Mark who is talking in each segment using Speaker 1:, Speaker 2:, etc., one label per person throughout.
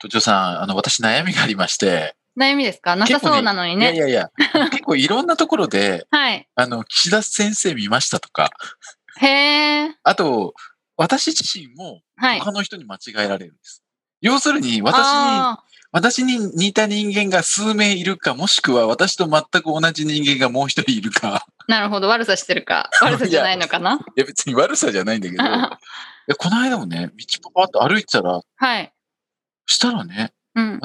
Speaker 1: 都庁さん、あの、私悩みがありまして、
Speaker 2: 悩みですかなさそうなのにね
Speaker 1: いやいやいや、結構いろんなところで、
Speaker 2: はい
Speaker 1: あの、岸田先生見ましたとか、
Speaker 2: へえ
Speaker 1: あと、私自身も
Speaker 2: はい
Speaker 1: 他の人に間違えられるんです。要するに、私に、
Speaker 2: あ
Speaker 1: 私に似た人間が数名いるか、もしくは私と全く同じ人間がもう一人いるか、
Speaker 2: ーなるほど悪さしてるか悪さじゃないのかな
Speaker 1: いや別に悪さじゃない んだけど、いやこの間もね、道パパッと歩いてたら、
Speaker 2: はい
Speaker 1: したらね、
Speaker 2: うん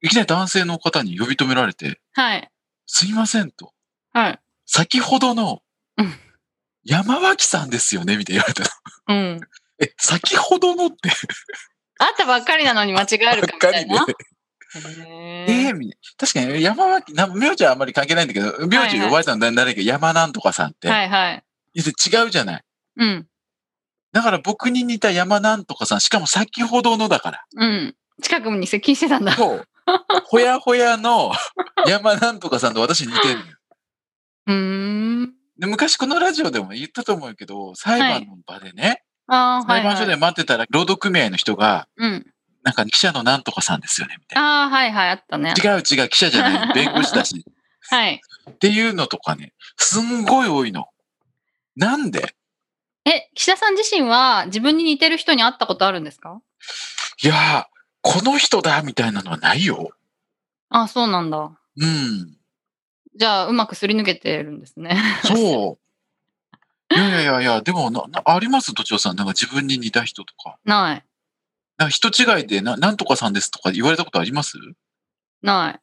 Speaker 1: いきなり男性の方に呼び止められて、
Speaker 2: はい
Speaker 1: すいませんと。
Speaker 2: はい
Speaker 1: 先ほどの
Speaker 2: うん、
Speaker 1: 山脇さんですよねみたいな言われたの。
Speaker 2: うん
Speaker 1: え、先ほど のって
Speaker 2: あったばっかりなのに間違えるかみたい
Speaker 1: ば
Speaker 2: な
Speaker 1: っか。
Speaker 2: へー
Speaker 1: えーみたいな確かに山脇、な名字はあんまり関係ないんだけど、名字呼ばれたの誰誰か山なんとかさんって。
Speaker 2: はいはい。
Speaker 1: いや違うじゃない。
Speaker 2: うん。
Speaker 1: だから僕に似た山なんとかさん、しかも先ほどのだか
Speaker 2: うん。近くに接近してたんだ
Speaker 1: ら。。もう、ほやほやの 山なんとかさんと私似てるのよ
Speaker 2: うーん。
Speaker 1: で昔このラジオでも言ったと思うけど、裁判の場でね、
Speaker 2: ああ、はい、
Speaker 1: 裁判所
Speaker 2: は
Speaker 1: で
Speaker 2: い。
Speaker 1: 待ってたら、労働組合の人が、
Speaker 2: うん。
Speaker 1: なんか記者のなんとかさんですよね、みたいな。
Speaker 2: ああ、はいはい、あった ね。
Speaker 1: 違う違う、記者じゃ ない、弁護士だし。
Speaker 2: はい。
Speaker 1: っていうのとかね、すんごい多いの。なんで
Speaker 2: え、岸田さん自身は自分に似てる人に会ったことあるんですか
Speaker 1: いやー、この人だみたいなのはないよ。
Speaker 2: ああ、そうなんだ。
Speaker 1: うん。
Speaker 2: じゃあ、うまくすり抜けてるんですね。
Speaker 1: そう。いやいやいやいや、でもな、なあります都庁さん。なんか自分に似た人とか。
Speaker 2: ない。
Speaker 1: なんか人違いでな、なんとかさんですとか言われたことあります
Speaker 2: な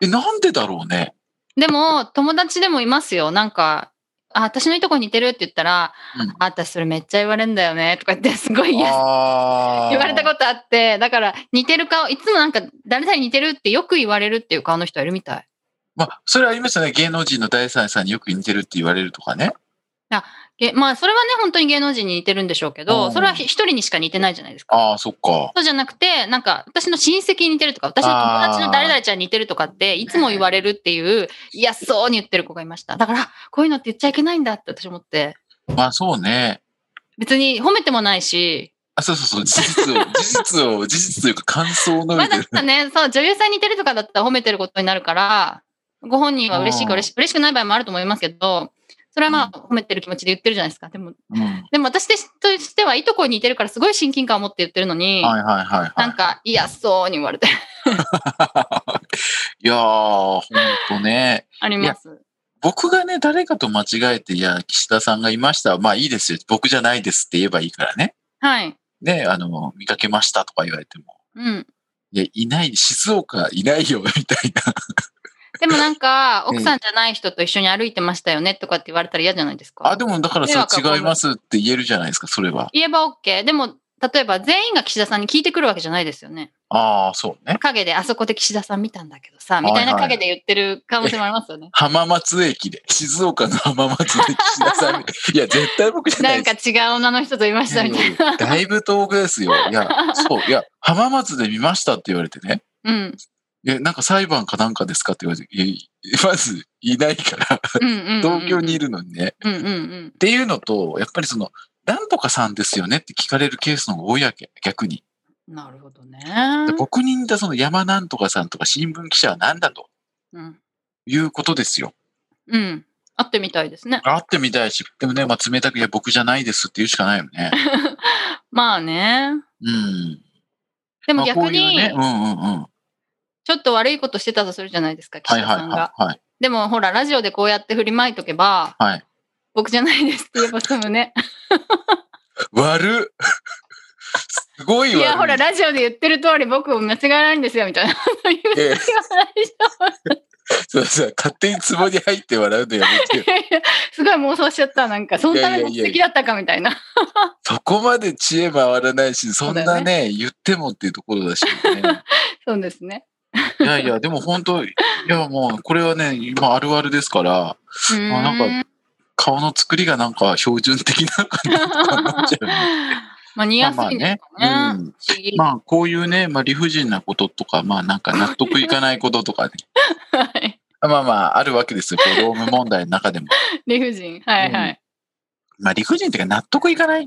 Speaker 1: え、なんでだろうね。
Speaker 2: い。でも、友達でもいますよ。なんか、あ、私のいとこに似てるって言ったら、
Speaker 1: うん
Speaker 2: あ、私それめっちゃ言われんだよね、とか言って、すごい嫌
Speaker 1: あー
Speaker 2: 言われたことあって、だから似てる顔、いつもなんか誰々に似てるってよく言われるっていう顔の人いるみたい。
Speaker 1: まあ、それありましたね。芸能人の第三者によく似てるって言われるとかね。
Speaker 2: げまあ、それはね、本当に芸能人に似てるんでしょうけ
Speaker 1: う
Speaker 2: ど、
Speaker 1: ん
Speaker 2: それはひ一人にしか似てないじゃないですか。
Speaker 1: ああ、そっか。
Speaker 2: そうじゃなくて、なんか私の親戚に似てるとか、私の友達の誰々ちゃんに似てるとかって、いつも言われるっていう、嫌そうに言ってる子がいました。だから、こういうのって言っちゃいけないんだって私思って、
Speaker 1: まあ、そうね。
Speaker 2: 別に褒めてもないし、
Speaker 1: あ、そうそうそう、事実を、事実を、事実というか感想の
Speaker 2: まあ
Speaker 1: みで
Speaker 2: なんか ね、そう、女優さんに似てるとかだったら褒めてることになるから、ご本人は嬉しいか嬉し嬉しくない場合もあると思いますけど、それはまあ褒めてる気持ちで言ってるじゃないですか。でも、
Speaker 1: うん。はい
Speaker 2: でも私としてはいとこに似てるからすごい親近感を持って言ってるのに、
Speaker 1: はいはい
Speaker 2: なん
Speaker 1: は
Speaker 2: か嫌そうに言われて
Speaker 1: い。いやー、ほんとね。
Speaker 2: あります。
Speaker 1: 僕がね、誰かと間違えて、いや、岸田さんがいました。まあいいですよ。僕じゃないですって言えばいいからね。
Speaker 2: はい。
Speaker 1: ね、あの、見かけましたとか言われても。
Speaker 2: うん。
Speaker 1: いや、いない、静岡いないよ、みたいな。
Speaker 2: でもなんか、
Speaker 1: うん
Speaker 2: 奥さんじゃない人と一緒に歩いてましたよねとかって言われたら嫌じゃないです
Speaker 1: あ、
Speaker 2: か。
Speaker 1: でもだからそ
Speaker 2: 迷惑は
Speaker 1: れ違いますって言えるじゃないですか、それは。
Speaker 2: 言えば OK。でも、例えば全員が岸田さんに聞いてくるわけじゃないですよね。
Speaker 1: ああ、そうね。
Speaker 2: 影で、あそこで岸田さん見たんだけどさ、みたいな
Speaker 1: はいはい
Speaker 2: 影で言ってる可能性もありますよね。
Speaker 1: 浜松駅で、静岡の浜松で岸田さ ん。いや、絶対僕じゃな
Speaker 2: ないん
Speaker 1: です
Speaker 2: か違う女の人といましたみたいな。
Speaker 1: だいぶ遠くですよ。い や、そう、いや、浜松で見ましたって言われてね。
Speaker 2: うん。
Speaker 1: え、なんか裁判かなんかですかって言われて、いやまずいないから、
Speaker 2: うんうんうんうん。
Speaker 1: 東京にいるのにね。っ
Speaker 2: うんうんうん。
Speaker 1: ていうのと、やっぱりその、なんとかさんですよねって聞かれるケースの方が多いわけ、逆に。
Speaker 2: なるほどね。
Speaker 1: で僕に似たその山なんとかさんとか新聞記者は何だと
Speaker 2: うん。
Speaker 1: いうことですよ。
Speaker 2: うん。会ってみたいですね。
Speaker 1: 会ってみたいし、でもね、まあ冷たく、いや、僕じゃないですって言うしかないよね。
Speaker 2: まあね。
Speaker 1: うん。
Speaker 2: で
Speaker 1: ま
Speaker 2: も
Speaker 1: あ
Speaker 2: 逆
Speaker 1: こういう
Speaker 2: に、
Speaker 1: ね、うんうんうん。
Speaker 2: ちょっと悪いことしてたとするじゃないですか、岸
Speaker 1: はい
Speaker 2: 田
Speaker 1: はい
Speaker 2: さんが
Speaker 1: は。いはい。
Speaker 2: でもほら、ラジオでこうやって振りまいとけば、
Speaker 1: はい
Speaker 2: 僕じゃないですって言えば済むね。
Speaker 1: 悪っすごい
Speaker 2: い
Speaker 1: 悪い。
Speaker 2: や、ほら、ラジオで言ってる通り、僕を間違えないんですよ、みたいな。言う時はないじ
Speaker 1: そうそう、勝手にツボに入って笑うのやめ てよ。
Speaker 2: ゃんいやいや すごい妄想しちゃった。なんか、そのための目的だったかみたいな。
Speaker 1: そこまで知恵回らないし、そん
Speaker 2: そうだ
Speaker 1: な
Speaker 2: よ
Speaker 1: ね、言ってもっていうところだし、ね。
Speaker 2: そうですね。
Speaker 1: いやいや、でも本当、いやもう、これはね、今あるあるですから、
Speaker 2: うーん
Speaker 1: あなん顔の作りがなんか標準的な 感じとかになっちゃうよね。
Speaker 2: まあ、似
Speaker 1: まあ
Speaker 2: やす
Speaker 1: まあ
Speaker 2: いねね
Speaker 1: ね。。うん。
Speaker 2: 不思議
Speaker 1: まあこういうね、まあ理不尽なこととか、まあなんか納得いかないこととかね。
Speaker 2: はい
Speaker 1: まあまああるわけですよ。こう労務問題の中でも。
Speaker 2: 理不尽。はいはい。
Speaker 1: まあ理不尽っていうか納得いかない。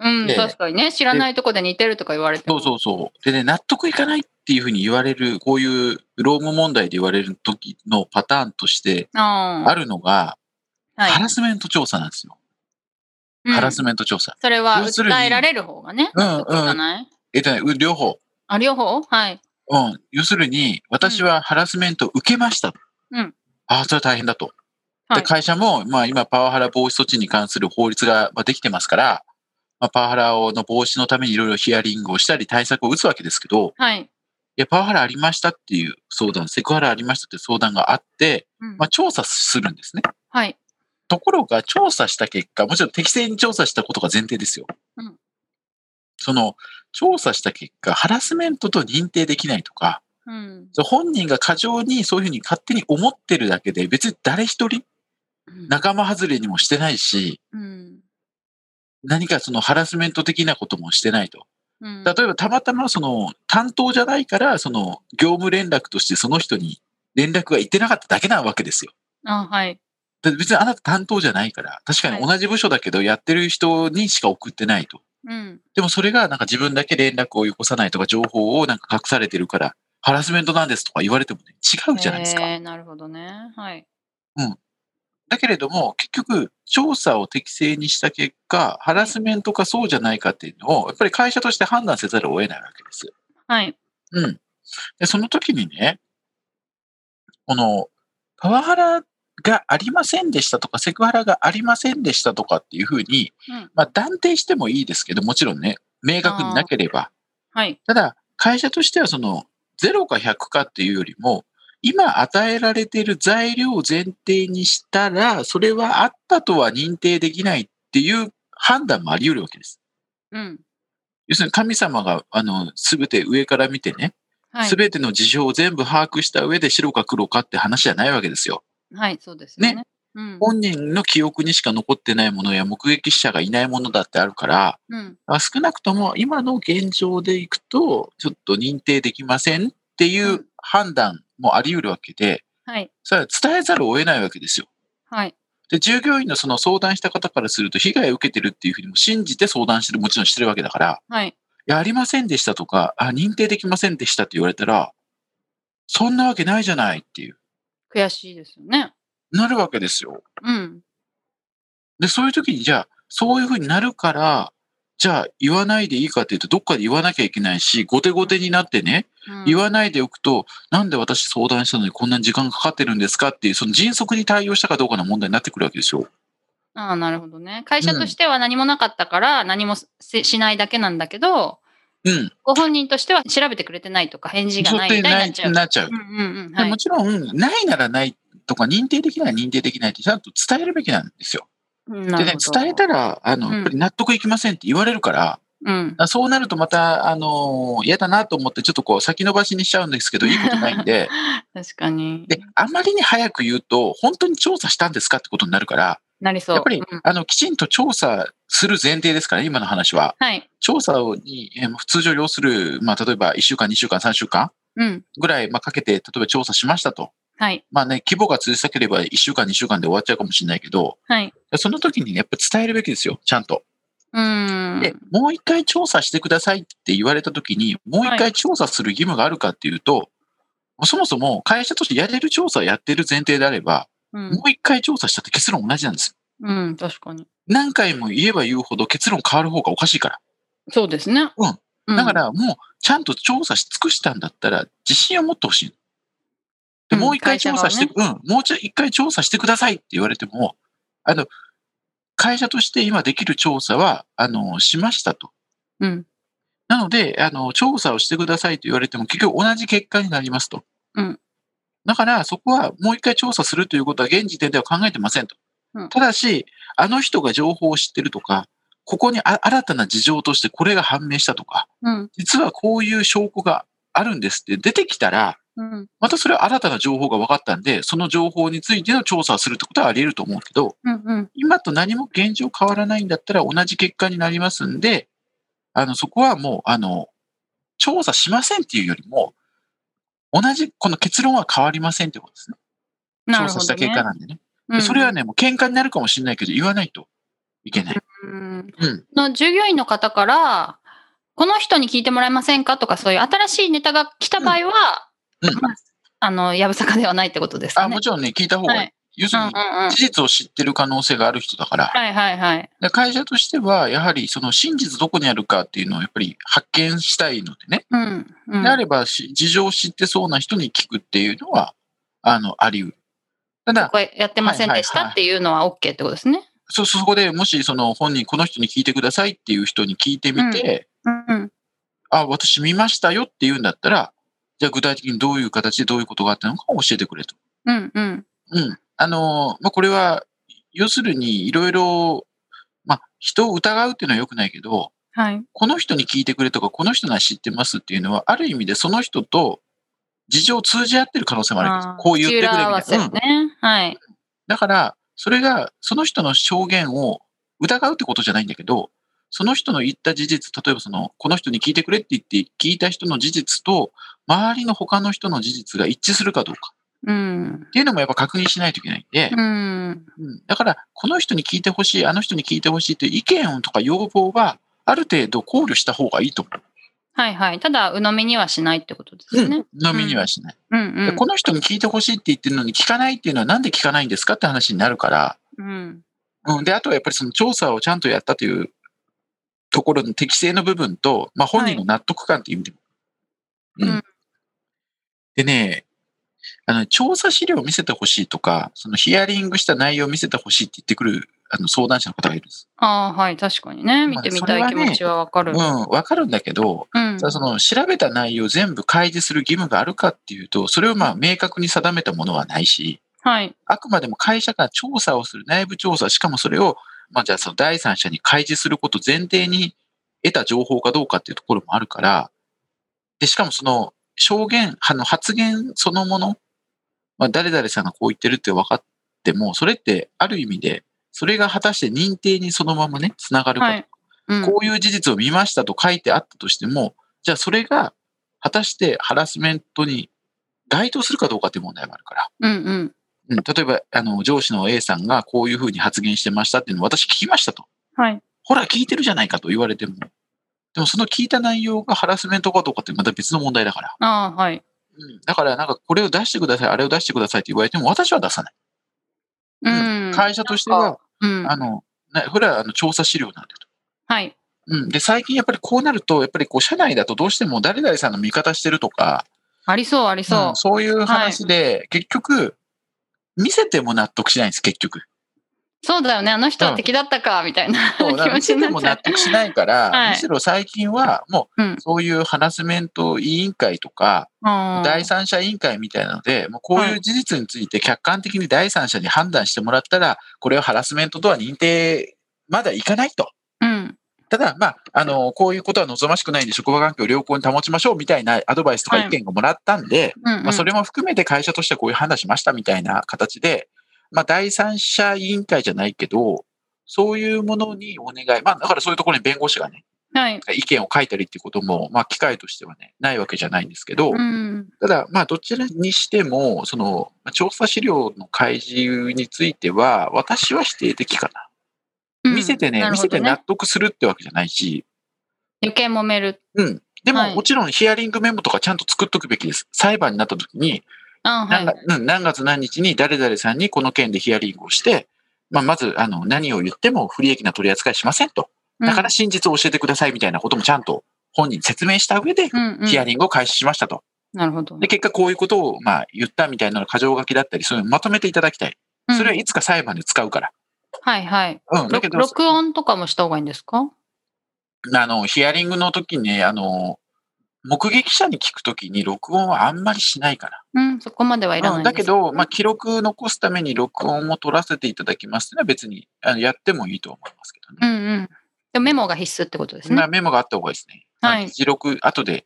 Speaker 2: うん、
Speaker 1: で
Speaker 2: 確かにね。知らないとこで似てるとか言われて
Speaker 1: そ
Speaker 2: も。
Speaker 1: うそうそう。でね、納得いかないっていうふうに言われる、こういう労務問題で言われる時のパターンとして
Speaker 2: あ
Speaker 1: あるのが、
Speaker 2: あ。は
Speaker 1: ハ
Speaker 2: い。
Speaker 1: ラスメント調査なんですよ。
Speaker 2: うん
Speaker 1: ハラスメント調査。
Speaker 2: それは
Speaker 1: 要するに
Speaker 2: 訴えられる方がね。
Speaker 1: うんうん
Speaker 2: そうじゃない
Speaker 1: えっとね、う両方。
Speaker 2: あ、両方はい。
Speaker 1: うん。要するに、私はハラスメントを受けました。
Speaker 2: うん。
Speaker 1: ああ、それは大変だと。
Speaker 2: は
Speaker 1: で
Speaker 2: い
Speaker 1: 会社も、まあ今パワハラ防止措置に関する法律がまあできてますから、まあ、パワハラをの防止のためにいろいろヒアリングをしたり対策を打つわけですけど、
Speaker 2: はい。
Speaker 1: いや、パワハラありましたっていう相談、セクハラありましたっていう相談があって、
Speaker 2: うん
Speaker 1: まあ調査するんですね。
Speaker 2: はい。
Speaker 1: ところが調査した結果、もちろん適正に調査したことが前提ですよ。
Speaker 2: うん
Speaker 1: その、調査した結果、ハラスメントと認定できないとか、
Speaker 2: うん。
Speaker 1: そう本人が過剰にそういうふうに勝手に思ってるだけで、別に誰一人仲間外れにもしてないし、
Speaker 2: うん。
Speaker 1: 何かそのハラスメント的なこともしてないと。
Speaker 2: うん
Speaker 1: 例えばたまたまその担当じゃないから、その業務連絡としてその人に連絡が行ってなかっただけなわけですよ。
Speaker 2: あ、はい。
Speaker 1: だって別にあなた担当じゃないから、確かに同じ部署だけどやってる人にしか送ってないと。
Speaker 2: うん。
Speaker 1: でもそれがなんか自分だけ連絡をよこさないとか情報をなんか隠されてるから、ハラスメントなんですとか言われてもね、違うじゃないですか。
Speaker 2: えーなるほどね。はい。
Speaker 1: だけれども、結局、調査を適正にした結果、ハラスメントかそうじゃないかっていうのを、やっぱり会社として判断せざるを得ないわけです。
Speaker 2: はい。
Speaker 1: うん。で、その時にね、この、パワハラがありませんでしたとか、セクハラがありませんでしたとかっていうふうに、
Speaker 2: うん
Speaker 1: まあ断定してもいいですけど、もちろんね、明確になければ。
Speaker 2: はい。
Speaker 1: ただ、会社としてはその、0か100かっていうよりも、今与えられている材料を前提にしたら、それはあったとは認定できないっていう判断もあり得るわけです。
Speaker 2: うん。
Speaker 1: 要するに神様が、あの、すべて上から見てね、
Speaker 2: はい
Speaker 1: す。べての事情を全部把握した上で白か黒かって話じゃないわけですよ。
Speaker 2: はい。そうですよね
Speaker 1: ね。
Speaker 2: うん。
Speaker 1: 本人の記憶にしか残ってないものや目撃者がいないものだってあるから、
Speaker 2: うん。
Speaker 1: あ少なくとも今の現状でいくと、ちょっと認定できませんってい
Speaker 2: うん
Speaker 1: う判断もあり得るわけで、
Speaker 2: はい。
Speaker 1: それは伝えざるを得ないわけですよ。
Speaker 2: はい。
Speaker 1: で、従業員のその相談した方からすると、被害を受けてるっていうふうにも信じて相談してる、もちろんしてるわけだから、
Speaker 2: はい。
Speaker 1: いや、ありませんでしたとか、あ、認定できませんでしたって言われたら、そんなわけないじゃないっていう、
Speaker 2: 悔しいですよね。
Speaker 1: なるわけですよ。
Speaker 2: うん。
Speaker 1: で、そういう時に、じゃあ、そういうふうになるから、じゃあ、言わないでいいかっていうと、どっかで言わなきゃいけないし、後手後手になってね、
Speaker 2: うん
Speaker 1: 言わないでおくと、なんで私相談したのにこんなに時間かかってるんですかっていう、その迅速に対応したかどうかの問題になってくるわけですよ。
Speaker 2: ああ、なるほどね。会社としては何もなかったから、何もせしないだけなんだけど、
Speaker 1: うん。
Speaker 2: ご本人としては調べてくれてないとか、返事がないみたいになっちゃう。
Speaker 1: なっちゃ
Speaker 2: う。
Speaker 1: う
Speaker 2: んうんうん。
Speaker 1: で
Speaker 2: はい
Speaker 1: も。ちろん、ないならないとか、認定できない認定できないって、ちゃんと伝えるべきなんですよ。
Speaker 2: うんな
Speaker 1: で
Speaker 2: る
Speaker 1: ね
Speaker 2: ほ、ど
Speaker 1: 伝えたら、あ
Speaker 2: うん
Speaker 1: の、やっぱり納得いきませんって言われるから、
Speaker 2: うん。
Speaker 1: あそうなるとまた、あのー嫌だなと思って、ちょっとこう先延ばしにしちゃうんですけど、いいことないん で、
Speaker 2: 確かに。
Speaker 1: で、あまりに早く言うと、本当に調査したんですかってことになるから、
Speaker 2: なりそう。
Speaker 1: やっぱり
Speaker 2: うん、
Speaker 1: あの、きちんと調査する前提ですから、今の話は。
Speaker 2: はい。
Speaker 1: 調査をに、えー通常要する、まあ、例えば1週間、2週間、3週間
Speaker 2: うん。
Speaker 1: ぐらい、まあ、かけて、例えば調査しましたと。
Speaker 2: はい。
Speaker 1: まあね、規模が小さければ1週間、2週間で終わっちゃうかもしれないけど、
Speaker 2: はい。
Speaker 1: その時にねやっぱ伝えるべきですよ、ちゃんと。
Speaker 2: うーん。
Speaker 1: で、もう一回調査してくださいって言われたときに、もう一
Speaker 2: は
Speaker 1: 回調査する義務があるかっていうと、そもそも会社としてやれる調査をやってる前提であれば、
Speaker 2: うん
Speaker 1: も。う一回調査したって結論同じなんですよ。
Speaker 2: うん。確かに。
Speaker 1: 何回も言えば言うほど結論変わる方がおかしいか
Speaker 2: そうですね。
Speaker 1: うん
Speaker 2: う
Speaker 1: ら。
Speaker 2: ん。
Speaker 1: だからもうちゃんと調査し尽くしたんだったら自信を持ってほしい。
Speaker 2: う
Speaker 1: で、
Speaker 2: ん
Speaker 1: もう一回
Speaker 2: 会社
Speaker 1: 調
Speaker 2: 側
Speaker 1: 査して、うん、もう一回調査してくださいって言われても、あの、会社として今できる調査は、あの、しましたと。
Speaker 2: うん。
Speaker 1: なので、あの、調査をしてくださいと言われても、結局同じ結果になりますと。
Speaker 2: うん
Speaker 1: だから、そこはもう一回調査するということは、現時点では考えてませんと。
Speaker 2: うん
Speaker 1: ただし、あの人が情報を知ってるとか、ここにあ新たな事情としてこれが判明したとか、
Speaker 2: うん。
Speaker 1: 実はこういう証拠があるんですって出てきたら、
Speaker 2: うん。
Speaker 1: またそれは新たな情報が分かったんで、その情報についての調査をするってことはあり得ると思うけど、
Speaker 2: うん。うん。
Speaker 1: 今と何も現状変わらないんだったら同じ結果になりますんで、あの、そこはもう、あの、調査しませんっていうよりも、同じ、この結論は変わりませんってことですね。
Speaker 2: なる
Speaker 1: 調
Speaker 2: ほ
Speaker 1: 査し
Speaker 2: ど、
Speaker 1: た結果
Speaker 2: ね。
Speaker 1: なんでね。
Speaker 2: うん
Speaker 1: それはね、もう喧嘩になるかもしれないけど、言わないといけない。
Speaker 2: うん
Speaker 1: うん。
Speaker 2: の従業員の方から、この人に聞いてもらえませんかとか、そういう新しいネタが来た場合は、
Speaker 1: うんうん
Speaker 2: まああの、やぶさかではないってことですか
Speaker 1: あ、
Speaker 2: ね。
Speaker 1: もちろんね、聞いた方
Speaker 2: は
Speaker 1: がいい
Speaker 2: い。
Speaker 1: 要するに、
Speaker 2: うんうんうん
Speaker 1: 事実を知ってる可能性がある人だから、
Speaker 2: はいはいはい。
Speaker 1: で会社としては、やはりその真実どこにあるかっていうのをやっぱり発見したいのでね。
Speaker 2: うん。うん
Speaker 1: であればし、事情を知ってそうな人に聞くっていうのは、あの、あり得る。ただ、
Speaker 2: これやってませんでし
Speaker 1: は
Speaker 2: た
Speaker 1: いはいはい
Speaker 2: っていうのは OK ってことですね。
Speaker 1: そ、そこでもし、その本人、この人に聞いてくださいっていう人に聞いてみて、
Speaker 2: うん。
Speaker 1: あ、私見ましたよって言うんだったら、じゃあ具体的にどういう形でどういうことがあったのかを教えてくれと。
Speaker 2: うん。うん。
Speaker 1: うん。あの、まあ、これは、要するに、いろいろ、まあ、人を疑うっていうのは良くないけど、
Speaker 2: はい。
Speaker 1: この人に聞いてくれとか、この人なら知ってますっていうのは、ある意味でその人と事情を通じ合ってる可能性もある
Speaker 2: あー
Speaker 1: こう言ってく
Speaker 2: 口
Speaker 1: れみ
Speaker 2: 裏合
Speaker 1: た
Speaker 2: わ
Speaker 1: い
Speaker 2: せ
Speaker 1: な。
Speaker 2: ね
Speaker 1: うん。
Speaker 2: はい。
Speaker 1: だから、それが、その人の証言を疑うってことじゃないんだけど、その人の言った事実、例えばその、この人に聞いてくれって言って、聞いた人の事実と、周りの他の人の事実が一致するかどうか
Speaker 2: うん。
Speaker 1: っていうのもやっぱ確認しないといけないんで、
Speaker 2: うん。
Speaker 1: うんだから、この人に聞いてほしい、あの人に聞いてほしいという意見とか要望は、ある程度考慮した方がいいと思う。
Speaker 2: はいはい。ただ、鵜呑みにはしないってことですね。
Speaker 1: 飲みにはしない。
Speaker 2: うん
Speaker 1: でこの人に聞いてほしいって言ってるのに聞かないっていうのはなんで聞かないんですかって話になるから、
Speaker 2: うん。うん。
Speaker 1: うん、であとはやっぱりその調査をちゃんとやったというところの適正の部分と、まあ、本人の納得感っていう意味でも。
Speaker 2: いう
Speaker 1: う
Speaker 2: う
Speaker 1: ん
Speaker 2: ん
Speaker 1: でねあの調査資料を見せてほしいとかそのヒアリングした内容を見せてほしいって言ってくるあの相談者の方がいるんです。
Speaker 2: ああ、はい。確かにね。見てみたい気持ちはわか
Speaker 1: う
Speaker 2: る。
Speaker 1: ん、わかるんだけど、
Speaker 2: うん
Speaker 1: ただその調べた内容を全部開示する義務があるかっていうと、それをまあ明確に定めたものはないし、
Speaker 2: はい。
Speaker 1: あくまでも会社が調査をする内部調査、しかもそれを、まあ、じゃあその第三者に開示すること前提に得た情報かどうかっていうところもあるから、で、しかもその証言、あの発言そのもの、まあ、誰々さんがこう言ってるって分かっても、それってある意味で、それが果たして認定にそのままね、つながるかと
Speaker 2: はい。うん
Speaker 1: こういう事実を見ましたと書いてあったとしても、じゃあそれが果たしてハラスメントに該当するかどうかっていう問題もあるから。
Speaker 2: うんうん。
Speaker 1: うん、例えばあの上司の A さんがこういうふうに発言してましたっていうのを私聞きましたと。
Speaker 2: はい。
Speaker 1: ほら、聞いてるじゃないかと言われても。でもその聞いた内容がハラスメントかどうかってまた別の問題だから。
Speaker 2: ああ、はい。
Speaker 1: うん、だからなんかこれを出してください、あれを出してくださいって言われても私は出さない。
Speaker 2: うん。
Speaker 1: 会社としては、
Speaker 2: うん。
Speaker 1: あの、ね、これはあの調査資料なんだと。
Speaker 2: はい。
Speaker 1: うん、で、最近やっぱりこうなると、やっぱりこう社内だとどうしても誰々さんの味方してるとか、
Speaker 2: ありそう、あり
Speaker 1: う
Speaker 2: そ
Speaker 1: んそういう話で、結局、見せても納得しないんです、結局。
Speaker 2: う。そうだよね。あの人
Speaker 1: う
Speaker 2: は
Speaker 1: ん
Speaker 2: 敵だったか、みたいな
Speaker 1: そう
Speaker 2: 気
Speaker 1: だから
Speaker 2: 持
Speaker 1: 見
Speaker 2: ち
Speaker 1: せ
Speaker 2: に
Speaker 1: て
Speaker 2: な
Speaker 1: も
Speaker 2: っちゃ
Speaker 1: 納
Speaker 2: う。
Speaker 1: 得しないから、
Speaker 2: はい
Speaker 1: むしろ最近はもう
Speaker 2: うん
Speaker 1: そういうハラスメント委員会とか、
Speaker 2: あー
Speaker 1: 第三者委員会みたいなので、もうこういう事実について客観的に第三者に判断してもらったら、これはハラスメントとは認定まだいかないと。
Speaker 2: うん。
Speaker 1: ただ、まあ、あの、こういうことは望ましくないんで、職場環境を良好に保ちましょうみたいなアドバイスとか
Speaker 2: はい
Speaker 1: 意見がもらったんで、
Speaker 2: うんうん。
Speaker 1: まあ、それも含めて会社としてはこういう判断しましたみたいな形で、まあ、第三者委員会じゃないけど、そういうものにお願い、まあ、だからそういうところに弁護士がね、
Speaker 2: はい。
Speaker 1: 意見を書いたりっていうことも、まあ、機会としてはね、ないわけじゃないんですけど、
Speaker 2: うん。
Speaker 1: ただ、まあ、どちらにしても、その、まあ調査資料の開示については、私は否定的か
Speaker 2: う
Speaker 1: な。
Speaker 2: ん
Speaker 1: 見せてね、
Speaker 2: なる
Speaker 1: 見
Speaker 2: ほ
Speaker 1: せ
Speaker 2: ど
Speaker 1: て
Speaker 2: ね
Speaker 1: 納得するってわけじゃないし、
Speaker 2: 余計揉める。
Speaker 1: うん。でも、
Speaker 2: はい
Speaker 1: もちろんヒアリングメモとかちゃんと作っとくべきです。裁判になった時に、
Speaker 2: あー
Speaker 1: 何
Speaker 2: は
Speaker 1: が
Speaker 2: い。
Speaker 1: うん、何月何日に誰々さんにこの件でヒアリングをして、まあ、まずあの何を言っても不利益な取り扱いしませんと。だから真実を教えてくださいみたいなこともちゃんと本人に説明した上で、
Speaker 2: うん、うんうん。
Speaker 1: ヒアリングを開始しましたと。
Speaker 2: なるほど。
Speaker 1: で、結果こういうことをまあ言ったみたいなの過剰書きだったり、そういうのまとめていただきたい。それは
Speaker 2: うん
Speaker 1: いつか裁判で使うから。
Speaker 2: はいはい。
Speaker 1: うん、だけ
Speaker 2: 録
Speaker 1: ど、
Speaker 2: 録音とかもした方がいいんですか
Speaker 1: あの、ヒアリングの時に、あの、目撃者に聞くときに録音はあんまりしないから。
Speaker 2: うん、そこまではいらない
Speaker 1: うんん、
Speaker 2: です
Speaker 1: だけど、まあ、記録残すために録音も取らせていただきますっていうのは別にあのやってもいいと思いますけど
Speaker 2: う
Speaker 1: ね。
Speaker 2: んうん。でもメモが必須ってことです
Speaker 1: そんな
Speaker 2: ね。
Speaker 1: メモがあった方がいいですね。
Speaker 2: はい
Speaker 1: まあ議事録、後で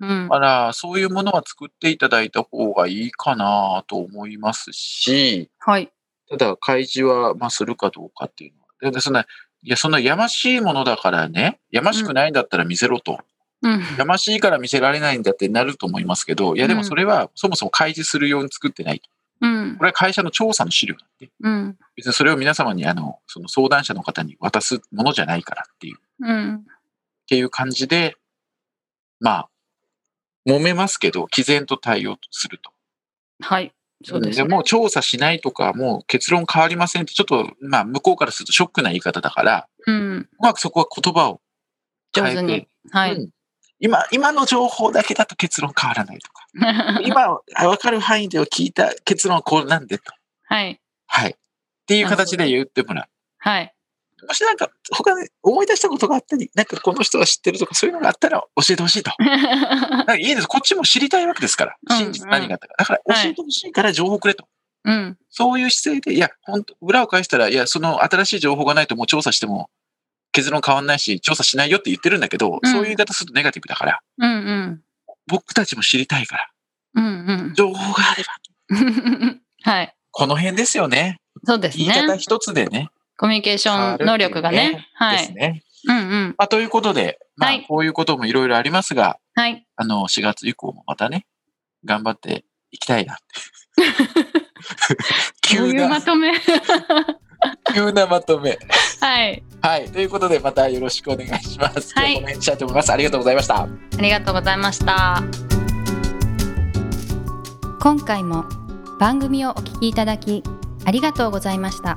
Speaker 2: うん
Speaker 1: だから、そういうものは作っていただいた方がいいかなと思いますし、
Speaker 2: はい。
Speaker 1: ただ、開示は、まあ、するかどうかっていうのは。だってそんな、いや、そんなやましいものだからね、やましくないんだったら見せろと。
Speaker 2: うん。
Speaker 1: やましいから見せられないんだってなると思いますけど、いや、で
Speaker 2: う
Speaker 1: も
Speaker 2: ん
Speaker 1: それは、そもそも開示するように作ってない。
Speaker 2: うん
Speaker 1: こ。れは会社の調査の資料なんで、
Speaker 2: うん。
Speaker 1: 別にそれを皆様に、あの、その相談者の方に渡すものじゃないからっていう。
Speaker 2: うん。
Speaker 1: っていう感じで、まあ、揉めますけど、毅然と対応すると。
Speaker 2: はい。そうです、
Speaker 1: でもう調査しないとか、もう結論変わりませんって、ちょっと、まあ、向こうからするとショックな言い方だから、
Speaker 2: うん。
Speaker 1: うまくそこは言葉を
Speaker 2: 上
Speaker 1: 変
Speaker 2: 手
Speaker 1: え
Speaker 2: に
Speaker 1: て、。
Speaker 2: はい。
Speaker 1: うん今、今の情報だけだと結論変わらない とか、今、分かる範囲では聞いた結論はこうなんでと。
Speaker 2: はい。
Speaker 1: はい。っていう形で言ってもら
Speaker 2: はい。
Speaker 1: う。もしなんか、他に思い出したことがあったり、なんかこの人は知ってるとか、そういうのがあったら教えてほしいと。なんかいいです。こっちも知りたいわけですから。
Speaker 2: うん
Speaker 1: 真実何があったか。だから教えてほしいから情報くれと。
Speaker 2: うん。
Speaker 1: そういう姿勢で、いや、本当裏を返したら、いや、その新しい情報がないともう調査しても結論変わんないし、調査しないよって言ってるんだけど、
Speaker 2: うん
Speaker 1: そういう言い方するとネガティブだから、
Speaker 2: うん。うん。
Speaker 1: 僕たちも知りたいから、
Speaker 2: うん。
Speaker 1: 情報があれば、
Speaker 2: うん。 はい。
Speaker 1: この辺ですよね。
Speaker 2: そうです
Speaker 1: 言い方
Speaker 2: ね。
Speaker 1: 一つでね。
Speaker 2: コミュニケーション能力がね。は
Speaker 1: です
Speaker 2: い。
Speaker 1: ね。
Speaker 2: うんうん。
Speaker 1: まあ、ということで、まあ
Speaker 2: はい、
Speaker 1: こういうこともいろいろありますが、
Speaker 2: はい。
Speaker 1: あの、4月以降もまたね、頑張っていきた いなって。
Speaker 2: こう
Speaker 1: 急
Speaker 2: いうま
Speaker 1: な、
Speaker 2: とめ。
Speaker 1: 急なまとめ。
Speaker 2: はい。
Speaker 1: はい、ということでまたよろしくお願いします。今
Speaker 2: はい
Speaker 1: 日この辺にしたいと思います。ありがとうございました。
Speaker 2: ありがとうございました。今回も番組をお聞きいただきありがとうございました。